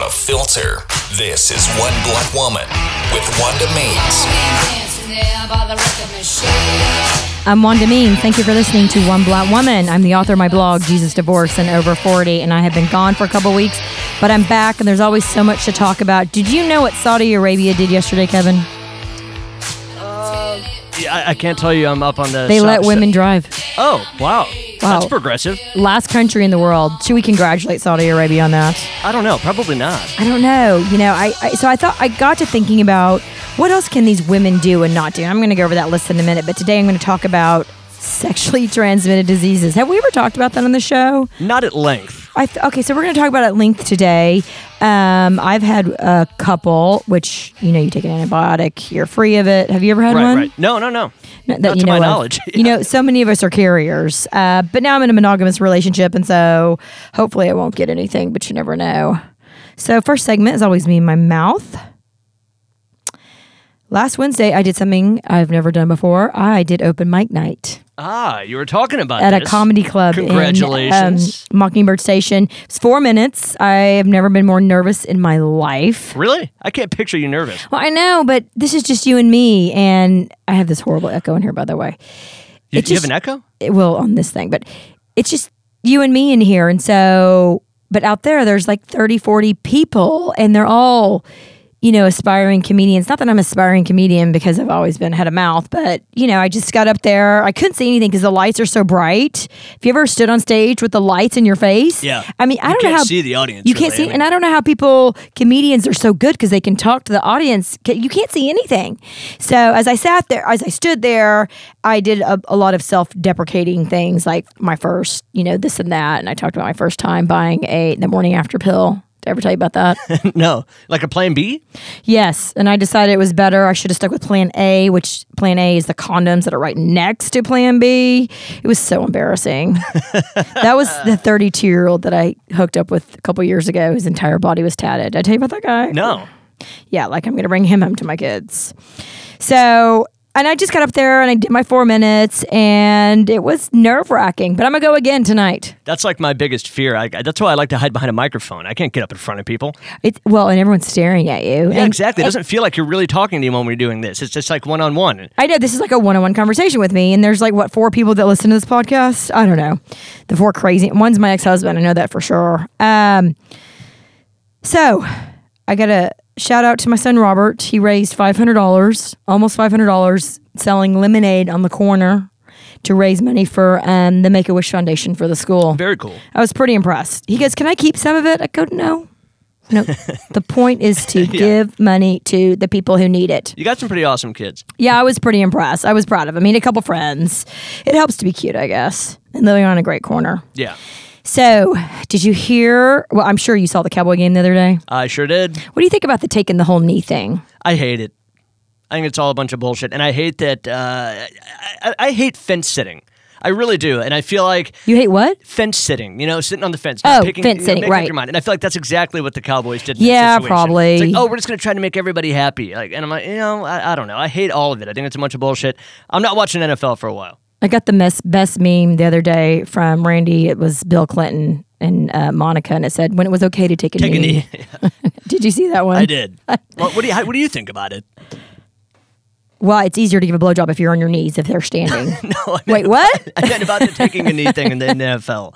Walter. This is One Black Woman with Wanda Means. I'm Wanda Means. Thank you for listening to One Black Woman. I'm the author of my blog, Jesus Divorce and Over 40, and I have been gone for a couple weeks, but I'm back, and there's always so much to talk about. Did you know what Saudi Arabia did yesterday, Kevin? Yeah, I, I can't tell you I'm up on the. They so- let so- women drive. Oh, wow. Wow. That's progressive. Last country in the world. Should we congratulate Saudi Arabia on that? I don't know. Probably not. I don't know. You know, I, I so I thought I got to thinking about what else can these women do and not do. I'm going to go over that list in a minute, but today I'm going to talk about sexually transmitted diseases. Have we ever talked about that on the show? Not at length. I th- okay, so we're going to talk about it at length today. Um, I've had a couple, which you know, you take an antibiotic, you're free of it. Have you ever had Right, one? right. No, no, no. No, that not you to know my of. knowledge. You know, so many of us are carriers, uh, but now I'm in a monogamous relationship, and so hopefully I won't get anything, but you never know. So, first segment is always me and my mouth. Last Wednesday, I did something I've never done before. I did open mic night Ah, you were talking about at a this. comedy club. Congratulations. In, um, Mockingbird Station. It's four minutes. I have never been more nervous in my life. Really? I can't picture you nervous. Well, I know, but this is just you and me, and I have this horrible echo in here, by the way. You, It you just- have an echo? it will on this thing, but it's just you and me in here. And so, but out there, there's like 30, 40 people, and they're all, you know, aspiring comedians. Not that I'm an aspiring comedian because I've always been head of mouth, but, you know, I just got up there. I couldn't see anything because the lights are so bright. If you ever stood on stage with the lights in your face, Yeah. I mean, I You don't know can't how. see the audience, You can't really. I see, mean- and I don't know how people, comedians are so good because they can talk to the audience. Ca- You can't see anything. So as I sat there, as I stood there, I did a, a lot of self deprecating things like my first, you know, this and that. And I talked about my first time buying a the morning after pill. Did I ever tell you about that? no. Like a plan B? yes. And I decided it was better. I should have stuck with plan A, which plan A is the condoms that are right next to plan B. It was so embarrassing. that was the 32 year old that I hooked up with a couple years ago. His entire body was tatted. Did I tell you about that guy? No. yeah, like I'm gonna bring him home to my kids. So, and I just got up there and I did my four minutes, and it was nerve wracking. But I'm gonna go again tonight. That's like my biggest fear. I, that's why I like to hide behind a microphone. I can't get up in front of people. It's well, and everyone's staring at you. Yeah, and- exactly. It doesn't feel like you're really talking to them when we're doing this. It's just like one on one. I know this is like a one-on-one conversation with me, and there's like what four people that listen to this podcast. I don't know, the four crazy one's my ex-husband. I know that for sure. Um, so I got a shout out to my son Robert. He raised five hundred dollars, almost five hundred dollars, selling lemonade on the corner to raise money for um, the Make a Wish Foundation for the school. Very cool. I was pretty impressed. He goes, "Can I keep some of it?" I go, "No." No, the point is to give money to the people who need it. You got some pretty awesome kids. Yeah, I was pretty impressed. I was proud of him. He had a couple friends. It helps to be cute, I guess, and living on a great corner. Yeah. So, did you hear? Well, I'm sure you saw the Cowboy game the other day. I sure did. What do you think about the taking the whole knee thing? I hate it. I think it's all a bunch of bullshit, and I hate that. Uh, I, I hate fence sitting. I really do, and I feel like You hate what? fence sitting. You know, sitting on the fence. not Oh, picking, fence you know, sitting, making up right. Your mind. And I feel like that's exactly what the Cowboys did. in this Yeah, situation. probably. It's like, oh, we're just gonna try to make everybody happy. Like, and I'm like, you know, I, I don't know. I hate all of it. I think it's a bunch of bullshit. I'm not watching NFL for a while. I got the mes- best meme the other day from Randy. It was Bill Clinton and uh, Monica, and it said when it was okay to take a Take a knee. knee. Did you see that one? I did. Well, what do you how- What do you think about it? Well, it's easier to give a blowjob if you're on your knees if they're standing. no, wait, what? I meant about the taking a knee thing in the NFL.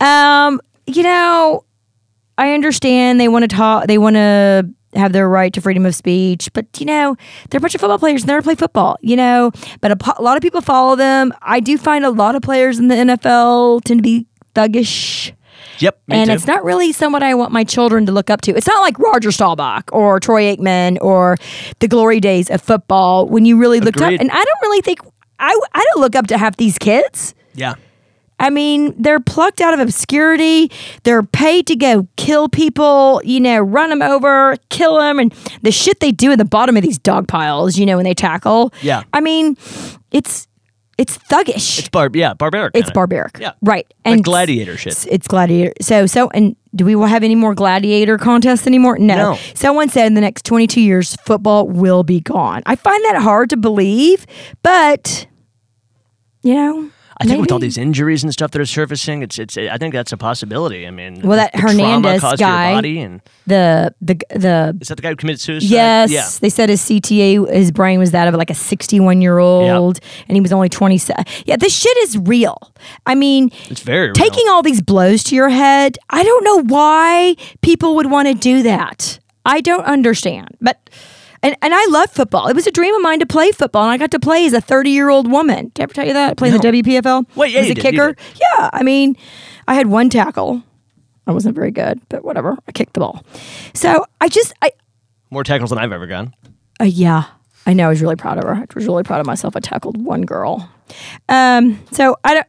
Um, you know, I understand they want to talk. They want to have their right to freedom of speech, but you know, they're a bunch of football players and they never play football. You know, but a, po- a lot of people follow them. I do find a lot of players in the NFL tend to be thuggish. Yep. Me and too. it's not really someone I want my children to look up to. It's not like Roger Staubach or Troy Aikman or the glory days of football when you really looked Agreed. up. And I don't really think I I don't look up to half these kids. yeah. I mean, they're plucked out of obscurity. They're paid to go kill people, you know, run them over, kill them, and the shit they do at the bottom of these dog piles, you know, when they tackle. Yeah. I mean, it's it's thuggish. It's barb. Yeah, barbaric. It's kinda. barbaric. Yeah. Right. Like gladiator shit. It's, it's gladiator. So so and do we have any more gladiator contests anymore? No. No. Someone said in the next 22 years football will be gone. I find that hard to believe, but you know, I think with all Maybe. these injuries and stuff that are surfacing, it's it's. I think that's a possibility. I mean, Well, that the trauma Hernandez caused to guy- your body and The the the is that the guy who committed suicide? yes, Yeah. they said his CTA, his brain was that of like a 61 year old, and he was only 27. Yeah, this shit is real. I mean, It's very real. taking all these blows to your head. I don't know why people would want to do that. I don't understand, but. And, and I love football. It was a dream of mine to play football, and I got to play as a 30 year old woman. Did I ever tell you that? I played in the WPFL Wait, yeah, as you a did, you kicker. did. Yeah, I mean, I had one tackle. I wasn't very good, but whatever. I kicked the ball. So I just, I, More tackles than I've ever gotten. uh, yeah, I know. I was really proud of her. I was really proud of myself. I tackled one girl. Um, so I don't.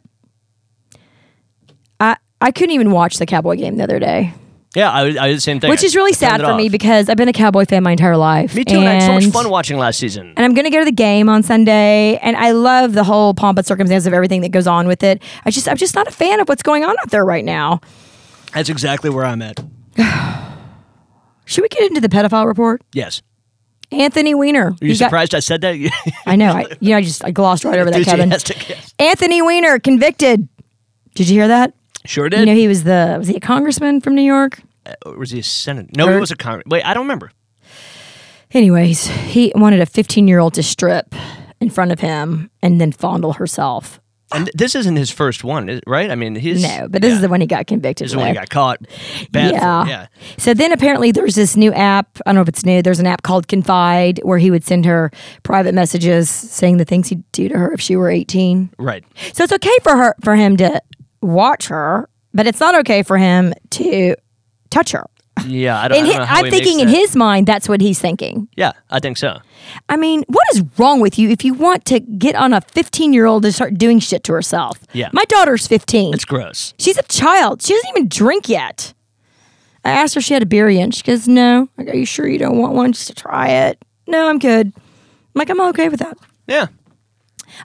I I couldn't even watch the Cowboy game the other day, Yeah, I, was- I did the same thing. which is I really turned sad it for me off. because I've been a Cowboy fan my entire life. Me too. And, I had so much fun watching last season. And I'm going to go to the game on Sunday, and I love the whole pomp and circumstance of everything that goes on with it. I just I'm just not a fan of what's going on out there right now. That's exactly where I'm at. Should we get into the pedophile report? Yes. Anthony Weiner. Are you surprised I said that? I know. I, you know, I just I glossed right over that, Kevin. Enthusiastic, yes. Anthony Weiner convicted. Did you hear that? Sure You did. know, he was the was he a congressman from New York? Or was he a senator? No, Or- he was a congress. Wait, I don't remember. Anyways, he wanted a 15 year old to strip in front of him and then fondle herself. And this isn't his first one, is- right? I mean, he's No, but this is the one he got convicted this is the one he with. got caught. Bad for- yeah. yeah. So then apparently there's this new app. I don't know if it's new. There's an app called Confide where he would send her private messages saying the things he'd do to her if she were 18. Right. So it's okay for her for him to watch her, but it's not okay for him to touch her. Yeah. I don't, I In don't hi- know how I'm he makes thinking in that. his mind that's what he's thinking. Yeah, I think so. I mean, what is wrong with you if you want to get on a 15 year old to start doing shit to herself? Yeah. My daughter's 15. It's gross. She's a child. She doesn't even drink yet. I asked her if she had a beer yet. and She goes, No. Like, are you sure you don't want one just to try it? No, I'm good. I'm like, I'm okay with that. Yeah.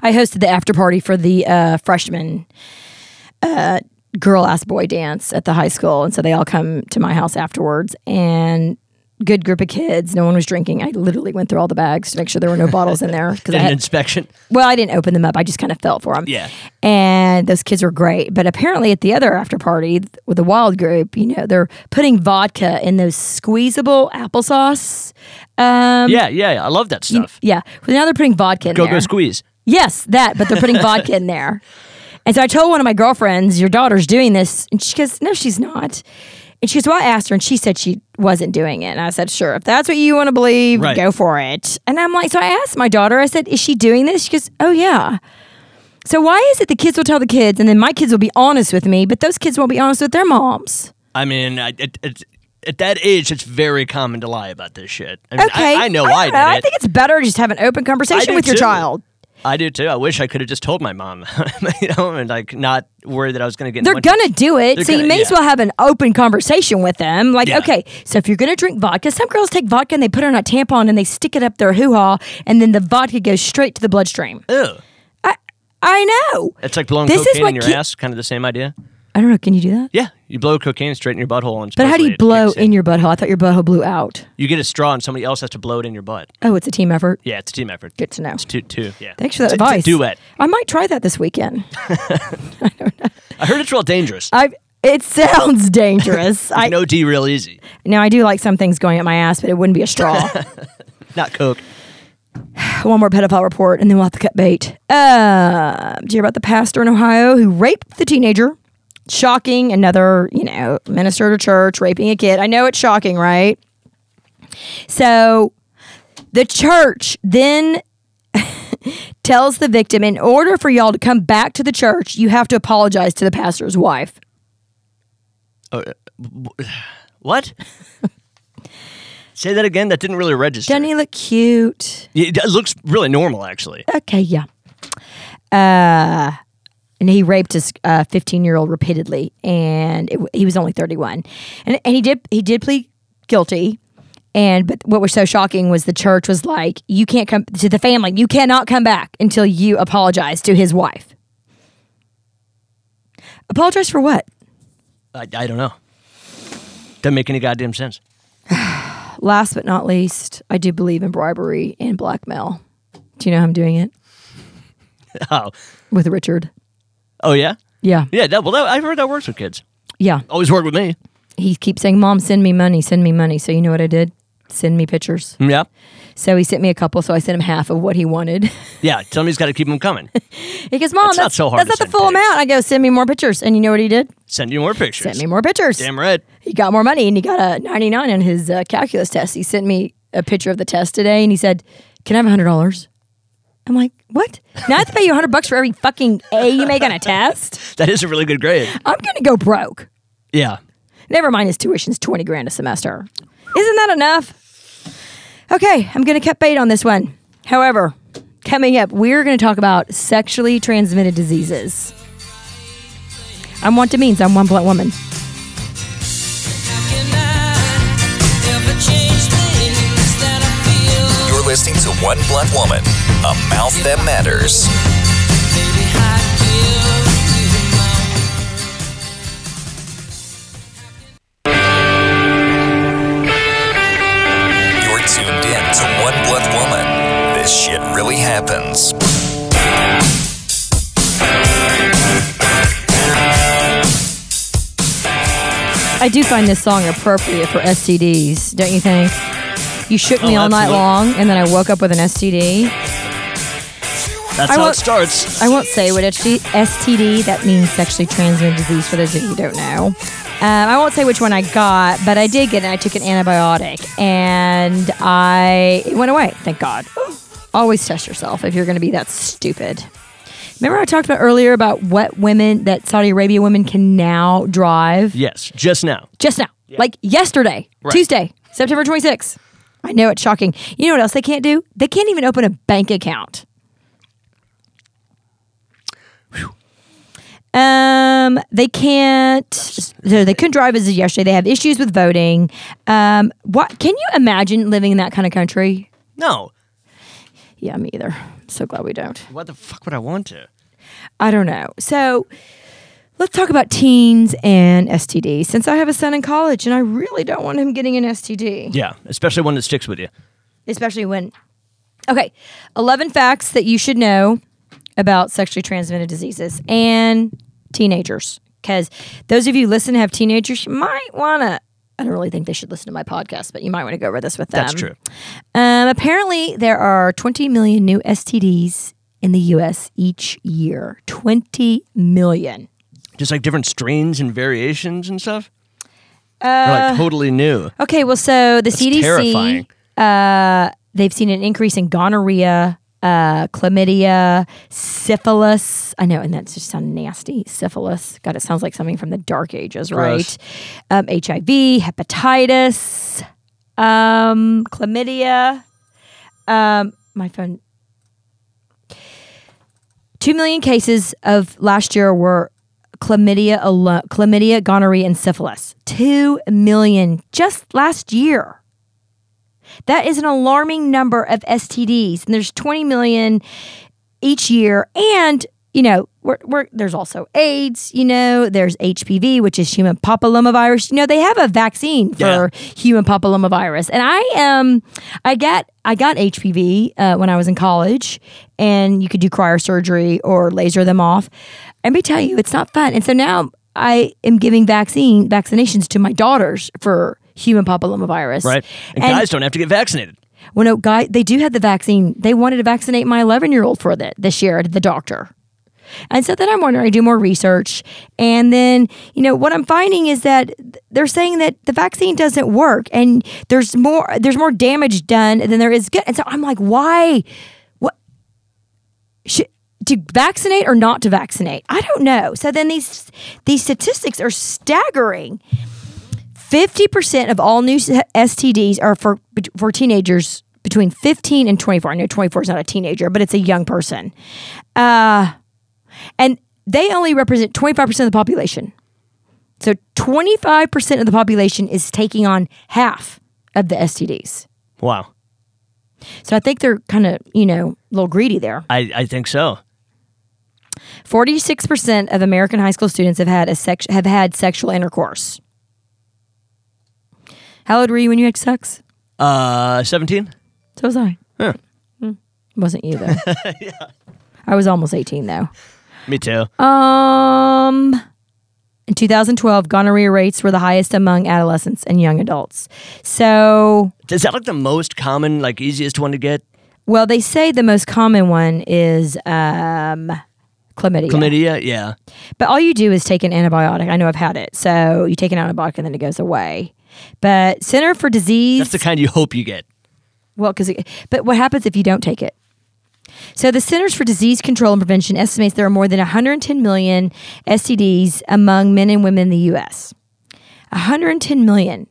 I hosted the after party for the uh, freshman uh, girl ass boy dance at the high school, and so they all come to my house afterwards. And good group of kids. No one was drinking. I literally went through all the bags to make sure there were no bottles in there because I Did an had, inspection. well, I didn't open them up. I just kind of felt for them. Yeah. And those kids were great. But apparently, at the other after party th- with the wild group, you know, they're putting vodka in those squeezable applesauce. Um, Yeah, yeah, yeah. I love that stuff. yeah. Well, now they're putting vodka in go, there. go, squeeze. Yes, that, but they're putting vodka in there. And so I told one of my girlfriends, your daughter's doing this. And she goes, no, she's not. And she goes, well, I asked her and she said she wasn't doing it. And I said, sure, if that's what you want to believe, Right. go for it. And I'm like, so I asked my daughter, I said, is she doing this? She goes, oh, yeah. So why is it the kids will tell the kids and then my kids will be honest with me, but those kids won't be honest with their moms? I mean, I, it, it's at that age, it's very common to lie about this shit. I mean, Okay. I, I know don't I did I it. think it's better to just have an open conversation do with your too. child. I do too. I wish I could have just told my mom, you know, and like not worry that I was going to get. in a They're bunch of- gonna do it, They're so you gonna- may as yeah. well have an open conversation with them. Like, Yeah. okay, so if you're gonna drink vodka, some girls take vodka and they put it on a tampon and they stick it up their hoo ha, and then the vodka goes straight to the bloodstream. Ew. I know. It's like blowing This is cocaine what in your ki- ass. Kind of the same idea. I don't know. Can you do that? Yeah, you blow cocaine straight in your butthole, and But how do supposedly you it blow kicks in your butthole? I thought your butthole blew out. You get a straw, and somebody else has to blow it in your butt. Oh, it's a team effort. Yeah, it's a team effort. Good to know. It's two, two. Yeah. Thanks for that It's a- it's a advice. duet. I might try that this weekend. I heard it's real dangerous. I. It sounds dangerous. Uh, I I, no D, real easy. now I do like some things going at my ass, but it wouldn't be a straw. Not coke. one more pedophile report and then we'll have to cut bait. Uh, did you hear about the pastor in Ohio who raped the teenager? Shocking. Another, you know, minister to church raping a kid. I know it's shocking, right? So the church then tells the victim in order for y'all to come back to the church, you have to apologize to the pastor's wife. What? Say that again. That didn't really register. Doesn't he look cute? Yeah, It looks really normal, actually. Okay, yeah. Uh, and he raped his uh, 15 year old repeatedly, and it, he was only 31, and and he did he did plead guilty. And but what was so shocking was the church was like, you can't come to the family. You cannot come back until you apologize to his wife. Apologize for what? I, I don't know. Doesn't make any goddamn sense. Last but not least, I do believe in bribery and blackmail. Do you know how I'm doing it Oh, with Richard? Oh yeah, Yeah. yeah. That, well, that, I've heard that works with kids. Yeah. Always worked with me. He keeps saying, Mom, send me money, send me money. So you know what I did? Send me pictures. Mm, Yeah, So he sent me a couple. So I sent him half of what he wanted. yeah. Tell me he's got to keep them coming. he goes, Mom, that's, That's not so hard that's to not the send full pics. amount. I go, Send me more pictures. And you know what he did? Send you more pictures. Sent me more pictures. Damn right. he got more money and he got a 99 on his uh, calculus test. He sent me a picture of the test today and he said, Can I have $100? I'm like, What? Now I have to pay you 100 bucks for every fucking A you make on a test? That is a really good grade. I'm going to go broke. Yeah. Never mind his tuition's 20 grand a semester. Isn't that enough? Okay, I'm going to cut bait on this one. However, coming up, we're going to talk about sexually transmitted diseases. I'm Wanta Means. I'm One Blunt Woman. You're listening to One Blunt Woman, a mouth that matters. You're tuned in to One Blunt Woman. This shit really happens. I do find this song appropriate for STDs, don't you think? You shook me Oh, all night absolutely. long, and then I woke up with an STD. That's I how won't- it starts. I won't say what STD, STD that means sexually transmitted disease for those of you who don't know. Um, I won't say which one I got, but I did get it. I took an antibiotic, and I it went away. Thank God. Always test yourself if you're going to be that stupid. Remember I talked about earlier about what women that Saudi Arabia women can now drive. Yes, just now. just now, like yesterday, Right. Tuesday, September 26th. I know it's shocking. You know what else they can't do? They can't even open a bank account. Um, they can't. So they couldn't drive as of yesterday. They have issues with voting. Um, what can you imagine living in that kind of country? No. Yeah, me either. So glad we don't. What the fuck would I want to? I don't know. So let's talk about teens and STD. Since I have a son in college, and I really don't want him getting an STD. Yeah, especially one that sticks with you. especially when okay 11 facts that you should know about sexually transmitted diseases and teenagers because those of you who listen have teenagers you might want to i don't really think they should listen to my podcast but you might want to go over this with them That's true. um, apparently there are 20 million new stds in the us each year 20 million Just like different strains and variations and stuff. Uh, like totally new. Okay, well, so the CDC, terrifying. Uh, they've seen an increase in gonorrhea, uh, chlamydia, syphilis. I know, and that's just sounds nasty. Syphilis. God, it sounds like something from the Dark Ages, Gross. right? Um, HIV, hepatitis, um, chlamydia. Um, my phone. Two million cases of last year were chlamydia, alone, chlamydia, gonorrhea, and syphilis. Two million just last year. That is an alarming number of STDs, and there's 20 million each year. And you know, we're, we're, there's also AIDS. You know, there's HPV, which is human papillomavirus. You know, they have a vaccine for Yeah. human papillomavirus, and I um, I got I got HPV uh, when I was in college, and you could do cryosurgery or laser them off. Let me tell you, it's not fun. And so now I am giving vaccine vaccinations to my daughters for human papillomavirus. Right? And, And- guys don't have to get vaccinated. well, no, guy, they do have the vaccine. They wanted to vaccinate my 11 year old for that this year at the doctor. And so then I'm wondering, I do more research. And then, you know, what I'm finding is that th- they're saying that the vaccine doesn't work and there's more there's more damage done than there is good. And so I'm like, why? What should to vaccinate or not to vaccinate? I don't know. So then these these statistics are staggering. 50% of all new STDs are for for teenagers between 15 and 24. I know 24 is not a teenager, but it's a young person. Uh, and they only represent 25% of the population. So 25% of the population is taking on half of the STDs. Wow. So I think they're kind of, you know, a little greedy there. I, I think so. 46% of American high school students have had a sex- have had sexual intercourse. How old were you when you had sex? Uh, 17? So Hmm. was I. Huh. Wasn't you though? I was almost eighteen though. Me too. Um, in 2012, gonorrhea rates were the highest among adolescents and young adults. So, Is that like the most common, like easiest one to get? well, they say the most common one is um, chlamydia. Chlamydia? Yeah. But all you do is take an antibiotic. I know I've had it. So you take an antibiotic and then it goes away. But Center for Disease That's the kind you hope you get. Well, because but what happens if you don't take it? So the Centers for Disease Control and Prevention estimates there are more than 110 million STDs among men and women in the U.S. 110 million.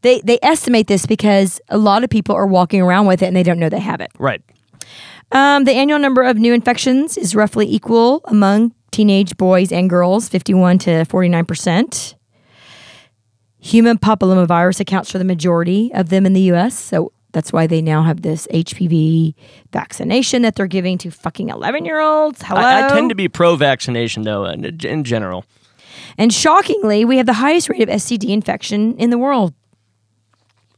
They they estimate this because a lot of people are walking around with it and they don't know they have it. Right. Um, the annual number of new infections is roughly equal among teenage boys and girls, 51 to 49%. Human papillomavirus accounts for the majority of them in the US. So that's why they now have this HPV vaccination that they're giving to fucking 11 year olds. Hello. I, I tend to be pro vaccination, though, in, in general. and shockingly, we have the highest rate of STD infection in the world.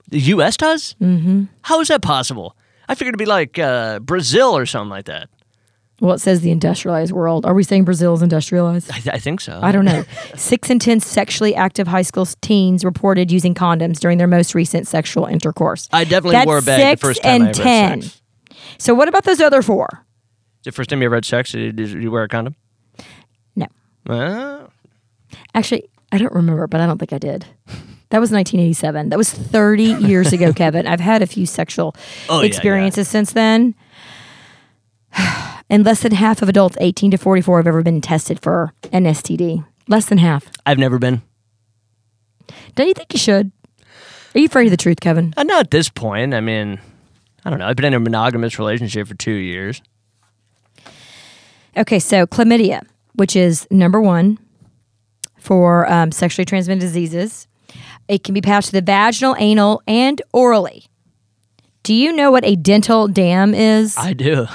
The U.S. does? Mm-hmm. is that possible? I figured it'd be like uh, Brazil or something like that. Well, it says the industrialized world. Are we saying Brazil is industrialized? I, th- I think so. I don't know. Six in 10 sexually active high school teens reported using condoms during their most recent sexual intercourse. I definitely That's wore a bag the six first time I and ever had 10. sex. So, what about those other four? The first time you ever had sex, did did you wear a condom? No. Uh, Actually, I don't remember, but I don't think I did. That was 1987. That was 30 years ago, Kevin. I've had a few sexual Oh, yeah, yeah. experiences since then. And less than half of adults 18 to 44 have ever been tested for an STD. Less than half. I've never been. Don't you think you should? Are you afraid of the truth, Kevin? Uh, not at this point. I mean, I don't know. I've been in a monogamous relationship for two years. Okay, so chlamydia, which is number one for um, sexually transmitted diseases, it can be passed through the vaginal, anal, and orally. Do you know what a dental dam is? I do.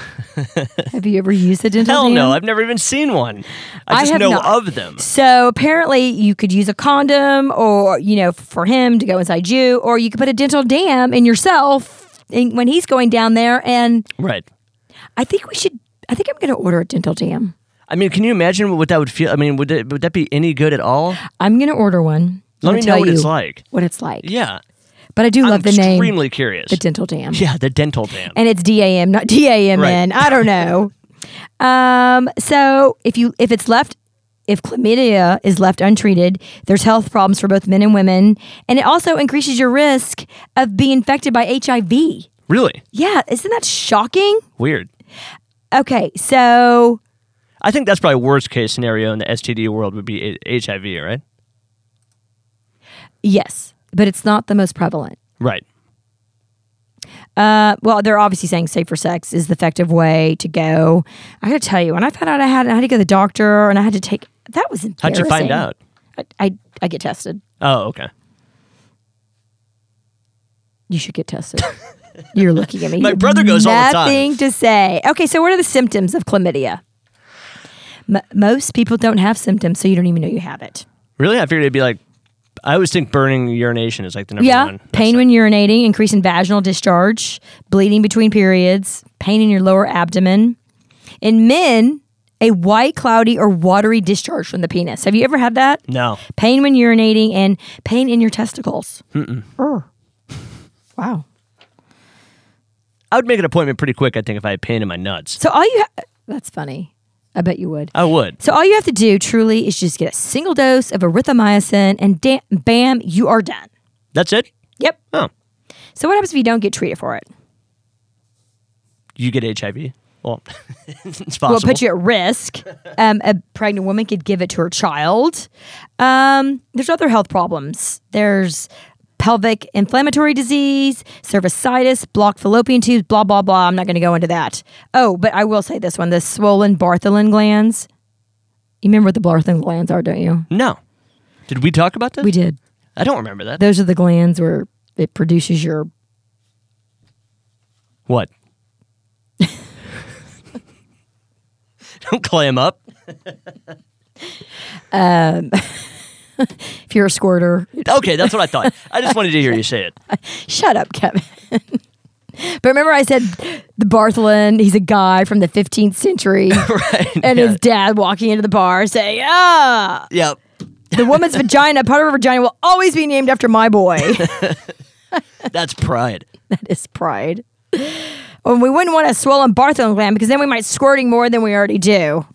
have you ever used a dental Hell dam? no. I've never even seen one. I I just have know not. of them. So apparently, you could use a condom, or you know, for him to go inside you, or you could put a dental dam in yourself in, when he's going down there. And Right. I think we should. I think I'm going to order a dental dam. I mean, can you imagine what that would feel? I mean, would that, would that be any good at all? I'm going to order one. Let I'll me know tell what you it's like. What it's like. Yeah. But I do I'm love the extremely name, curious. the dental dam, yeah, the dental dam. and it's D A M, not D A M N. Right. I don't know. um, so if you if it's left, if chlamydia is left untreated, there's health problems for both men and women, and it also increases your risk of being infected by HIV. really Yeah, isn't that shocking? weird. Okay, so I think that's probably worst case scenario in the STD world would be A- HIV, right? yes, but it's not the most prevalent. Right. Uh, well, they're obviously saying safer sex is the effective way to go. I got to tell you, when I found out I had, I had to go to the doctor, and I had to take that was How'd embarrassing. you find out? I, I, I get tested. Oh, okay. You should get tested. You're looking at me. My You have brother goes all the time. Nothing to say. Okay, so what are the symptoms of chlamydia? M- most people don't have symptoms, so you don't even know you have it. Really? I figured it'd be like, I always think burning urination is like the number Yeah, one. That's pain like- when urinating, increase in vaginal discharge, bleeding between periods, pain in your lower abdomen. In men, a white, cloudy, or watery discharge from the penis. Have you ever had that? No. Pain when urinating and pain in your testicles. Urgh. Wow. I would make an appointment pretty quick, I think, if I had pain in my nuts. So all you ha- that's funny. I bet you would. I would. So all you have to do truly is just get a single dose of erythromycin and da- bam, you are done. That's it? Yep. Oh. So what happens if you don't get treated for it? You get HIV? Well, it's possible. Well, it puts you at risk. Um, a pregnant woman could give it to her child. Um, there's other health problems. There's pelvic inflammatory disease, cervicitis, blocked fallopian tubes, blah, blah, blah. I'm not going to go into that. Oh, but I will say this one the swollen Bartholin glands. You remember what the Bartholin glands are, don't you? no. Did we talk about this? We did. I don't remember that. Those are the glands where it produces your. What? Don't clam up. If you're a squirter, Okay, that's what I thought. I just wanted to hear you say it. shut up, Kevin. But remember, I said the Bartholin, he's a guy from the 15th century. right. And yeah. his dad walking into the bar saying, ah, Yep. the woman's vagina, part of her vagina will always be named after my boy. That's pride. that is pride. And we wouldn't want a swollen Bartholin gland because then we might squirting more than we already do.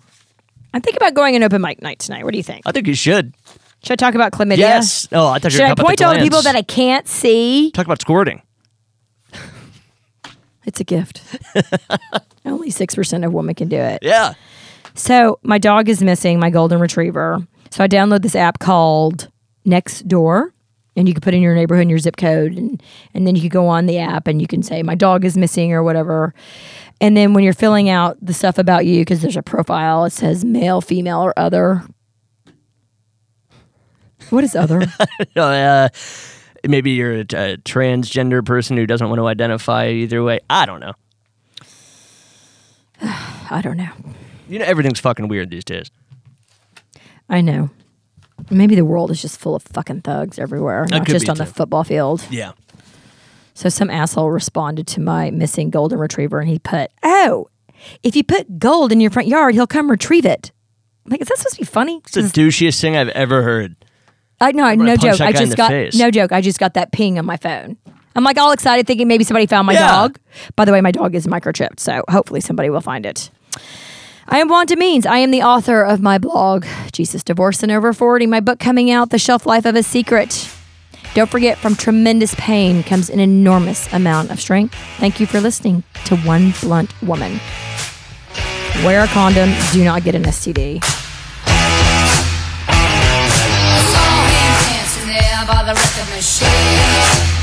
I'm thinking about going an open mic night tonight. What do you think? I think you should. Should I talk about chlamydia? Yes. Oh, I thought you Should were talking I about point the to all the glands. people that I can't see? talk about squirting? It's a gift. Only 6% of women can do it. Yeah. So, my dog is missing, my golden retriever. So, I download this app called Next Door, and you can put in your neighborhood and your zip code, and, and then you can go on the app and you can say, My dog is missing, or whatever. And then when you're filling out the stuff about you, because there's a profile, it says male, female, or other. What is other? No, uh, maybe you're a, a transgender person who doesn't want to identify either way. I don't know. I don't know. You know, everything's fucking weird these days. I know. Maybe the world is just full of fucking thugs everywhere, not could just be, on the too. football field. Yeah. So some asshole responded to my missing golden retriever and he put, Oh, if you put gold in your front yard, he'll come retrieve it. I'm Like, is that supposed to be funny? It's the douchiest thing I've ever heard. I Uh, no, gonna no punch joke. that I guy in just the got face. no joke. I just got that ping on my phone. I'm like all excited thinking maybe somebody found my Yeah. dog. By the way, my dog is microchipped, so hopefully somebody will find it. I am Wanda Means. I am the author of my blog, Jesus Divorce and Over 40, my book coming out, The Shelf Life of a Secret. Don't forget, from tremendous pain comes an enormous amount of strength. Thank you for listening to One Blunt Woman. Wear a condom, do not get an STD. saw him dancing there by the record machine.